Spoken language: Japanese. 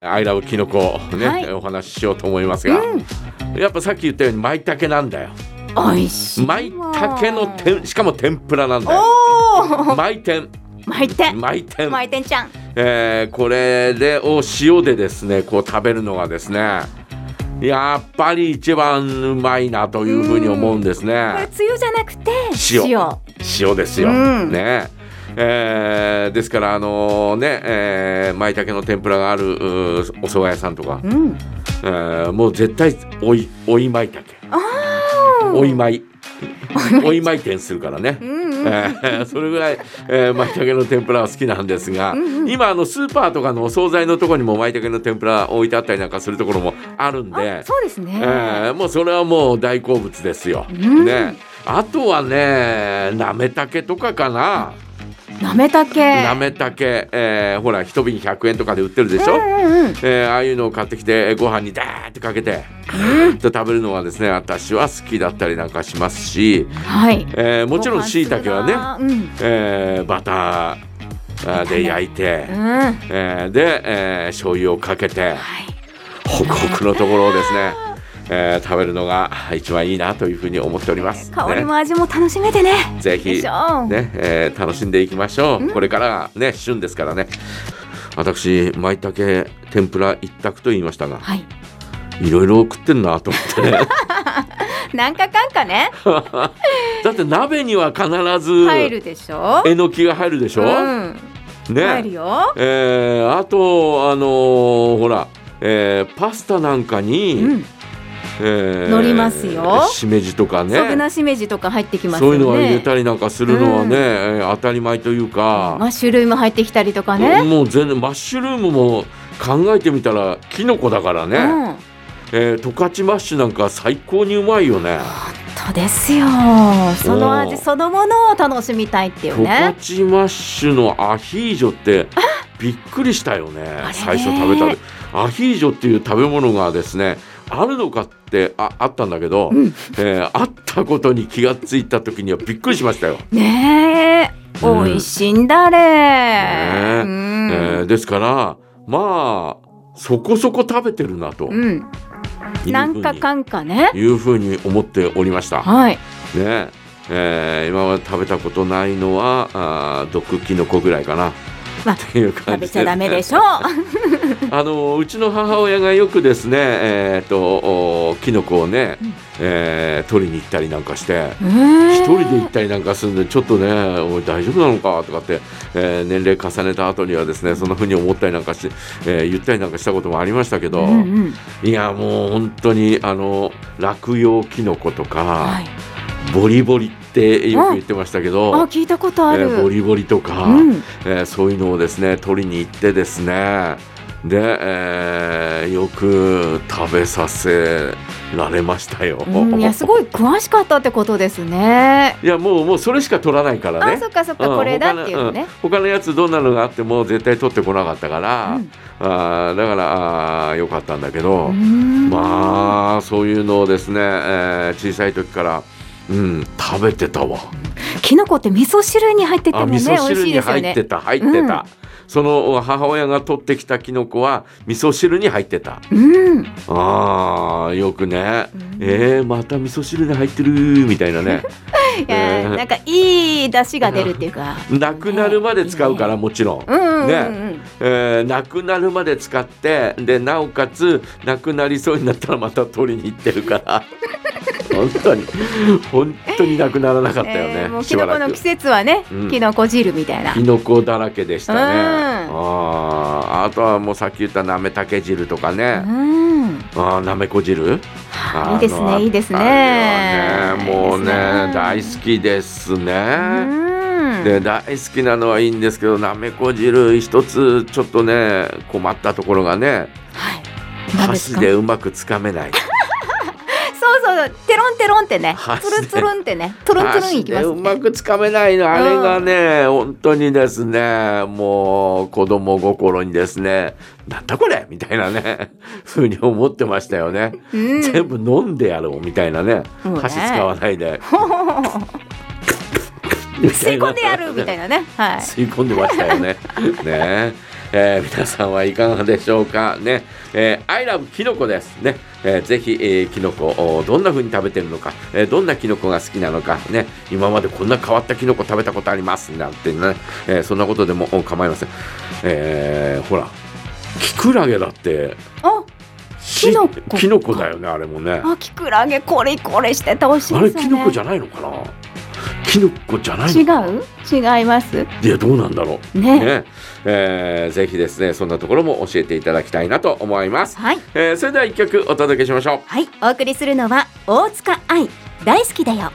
アイラブキノコね、はいお話ししようと思いますが、やっぱさっき言ったように舞茸なんだよ美味しいわ舞茸のてんしかも天ぷらなんだよおお舞天巻いて舞天、巻いてんちゃんえーこれでを塩でですねこう食べるのがですねやっぱり一番うまいなというふうに思うんですこれねつゆじゃなくて塩塩塩ですよ、うんねえーですからあのね、えー、舞茸の天ぷらがあるうーお蕎麦屋さんとか、うえんーもう絶対おいおいまいたけおいまいおいまい店するからね、うんうんえーそれぐらい、えー、舞茸の天ぷらは好きなんですが、今あのスーパーとかのお惣菜のとこにも舞茸の天ぷら置いてあったりなんかするところもあるんであそうですね、えーもうそれはもう大好物ですよ、うんねあとはねなめたけとかかな、なめたけなめたけ、えーほら一瓶100円とかで売ってるでしょ、うんうんうんえーああいうのを買ってきてえーご飯にダーってかけてぐーっと食べるのがですね私は好きだったりなんかしますし、はいえーもちろんしいたけはね、ねえーバターあーで焼いてう、ん、うん、はいえーで、えー醤油をかけてホクホクのところをですね、えー食べるのが一番いいなというふうに思っております。香りねも味も楽しめてねぜひでしょうね、えー楽しんでいきましょう。これからがね旬ですからね。私舞茸天ぷら一択と言いましたが、はいいろいろ食ってんなと思 ってね。なんかかんかねだって鍋には必入ずるでしょえのきが入るでしょ。うん入るね。よえーあとあのーほら、えーパスタなんかに、うんえー乗りますよしめじとかね。そぐなしめじとか入ってきますそよういねうのは入れたりなんかするのはね、うんえー当たり前というマか、ッシュルーム入ってきたりとかねもう全然マッシュルームも考えてみたらキノコだからね、うん本えー、トカチマッシュなんか最高にうまいよね。当ですよその味うんそのものを楽しみたいっていうトカねチマッシュのアヒージョってびっくりしたよねね最初食べた時アヒージョっていう食べ物がですねあるのかってああったんだけど、えーあったことに気がついた時にはびっくりしましたよ。ねえうん美味しいんだあえれうんえーですからまあそこそこ食べてるなというふううんになんかかんかねいうふうに思っておりました。はいねえー今まで食べたことないのはあー毒キノコぐらいかな。まあっていう感食じでべすちゃダメでしょう あのうちの母親がよくですね、えー、とおキノコをね、えー取りに行ったりなんかして。一一人で行ったりなんかするんでちょっとねおい大丈夫なのかとかって、えー年齢重ねた後にはですねそんな風に思ったりなんかして、えー言ったりなんかしたこともありましたけど、うんうんいやもう本当にあの落葉キノコとか、はいボリボリってよく言ってましたけあど、聞いたことあえるーボリボリとか、うんえーそういうのをですね取りに行ってですねで、えーよく食べさせられましたよ。うんいやすごい詳しかったってことですねいやもうもうそれしか取らないからあねそ。っかそっかうんこれだっていうのね他の,、うん他のやつどんなのがあっても絶対取ってこなかったから、うんあーだからあーよかったんだけど、うんまあそういうのをですね、えー小さい時から、うん、食べてたわ。キノコって味噌汁に入っててあもね、美味味噌汁しいにですよ入っねて。た入ってた、その母親が取ってきたキノコは味噌汁に入ってたうん、あーよくね、うんえー、また味噌汁に入ってるみたいな ねいや ーなんかいい出汁が出るっていうか。なくなるまで使うからもちろん、 うんうんうんうん。えーなくなるまで使ってでなおかつなくなりそうになったらまた取りに行ってるから 本当に本当になくならなかったよね、えーもうしキばノらコくの季節はね、うんキノコ汁みたいなキ。ノコだらけでしたね。うんああ、あとはもうさっき言ったなめたけ汁とかうね。ん、ああ、なめこ汁。いいですあのね、いいですねあれは。ねもうね、大き。好きですうね。ん、で、大好きなのはいいんですけど、なめこ汁一つちょっとね、困ったところがね。はい。何です箸かでうまくつかめない。そうそうそう、テロンテロンってね箸、でつるつるんってね、トゥルントゥルンいきま箸ですうまね。くつかめないの、あれがね、本当にですね、もう子供心にですね、なんだこれみたいなね、ふうに思ってましたよね。うん全部飲んでやろうみたいなね、もうね箸使わない で。吸い込んでやるみたいなね、はい。吸い込んでましたよね。ねえー皆さんはいかがでしょうかね、えー、I love キノコですね、えーぜひ、えーキノコをどんな風に食べてるのか、えーどんなキノコが好きなのかね今までこんな変わったキノコ食べたことありますなんてね、えーそんなことでもお構いません、えーほらキクラゲだってあしキノコキノコだよねあれもねあキクラゲこれこれしててほしいあでれすよねキノコじゃないのかなキノコじゃないの違う違いますいやどうなんだろうねね、えーぜひですねそんなところも教えていただきたいなと思います、はいえーそれでは一曲お届けしましょうはいお送りするのは大塚愛大好きだよ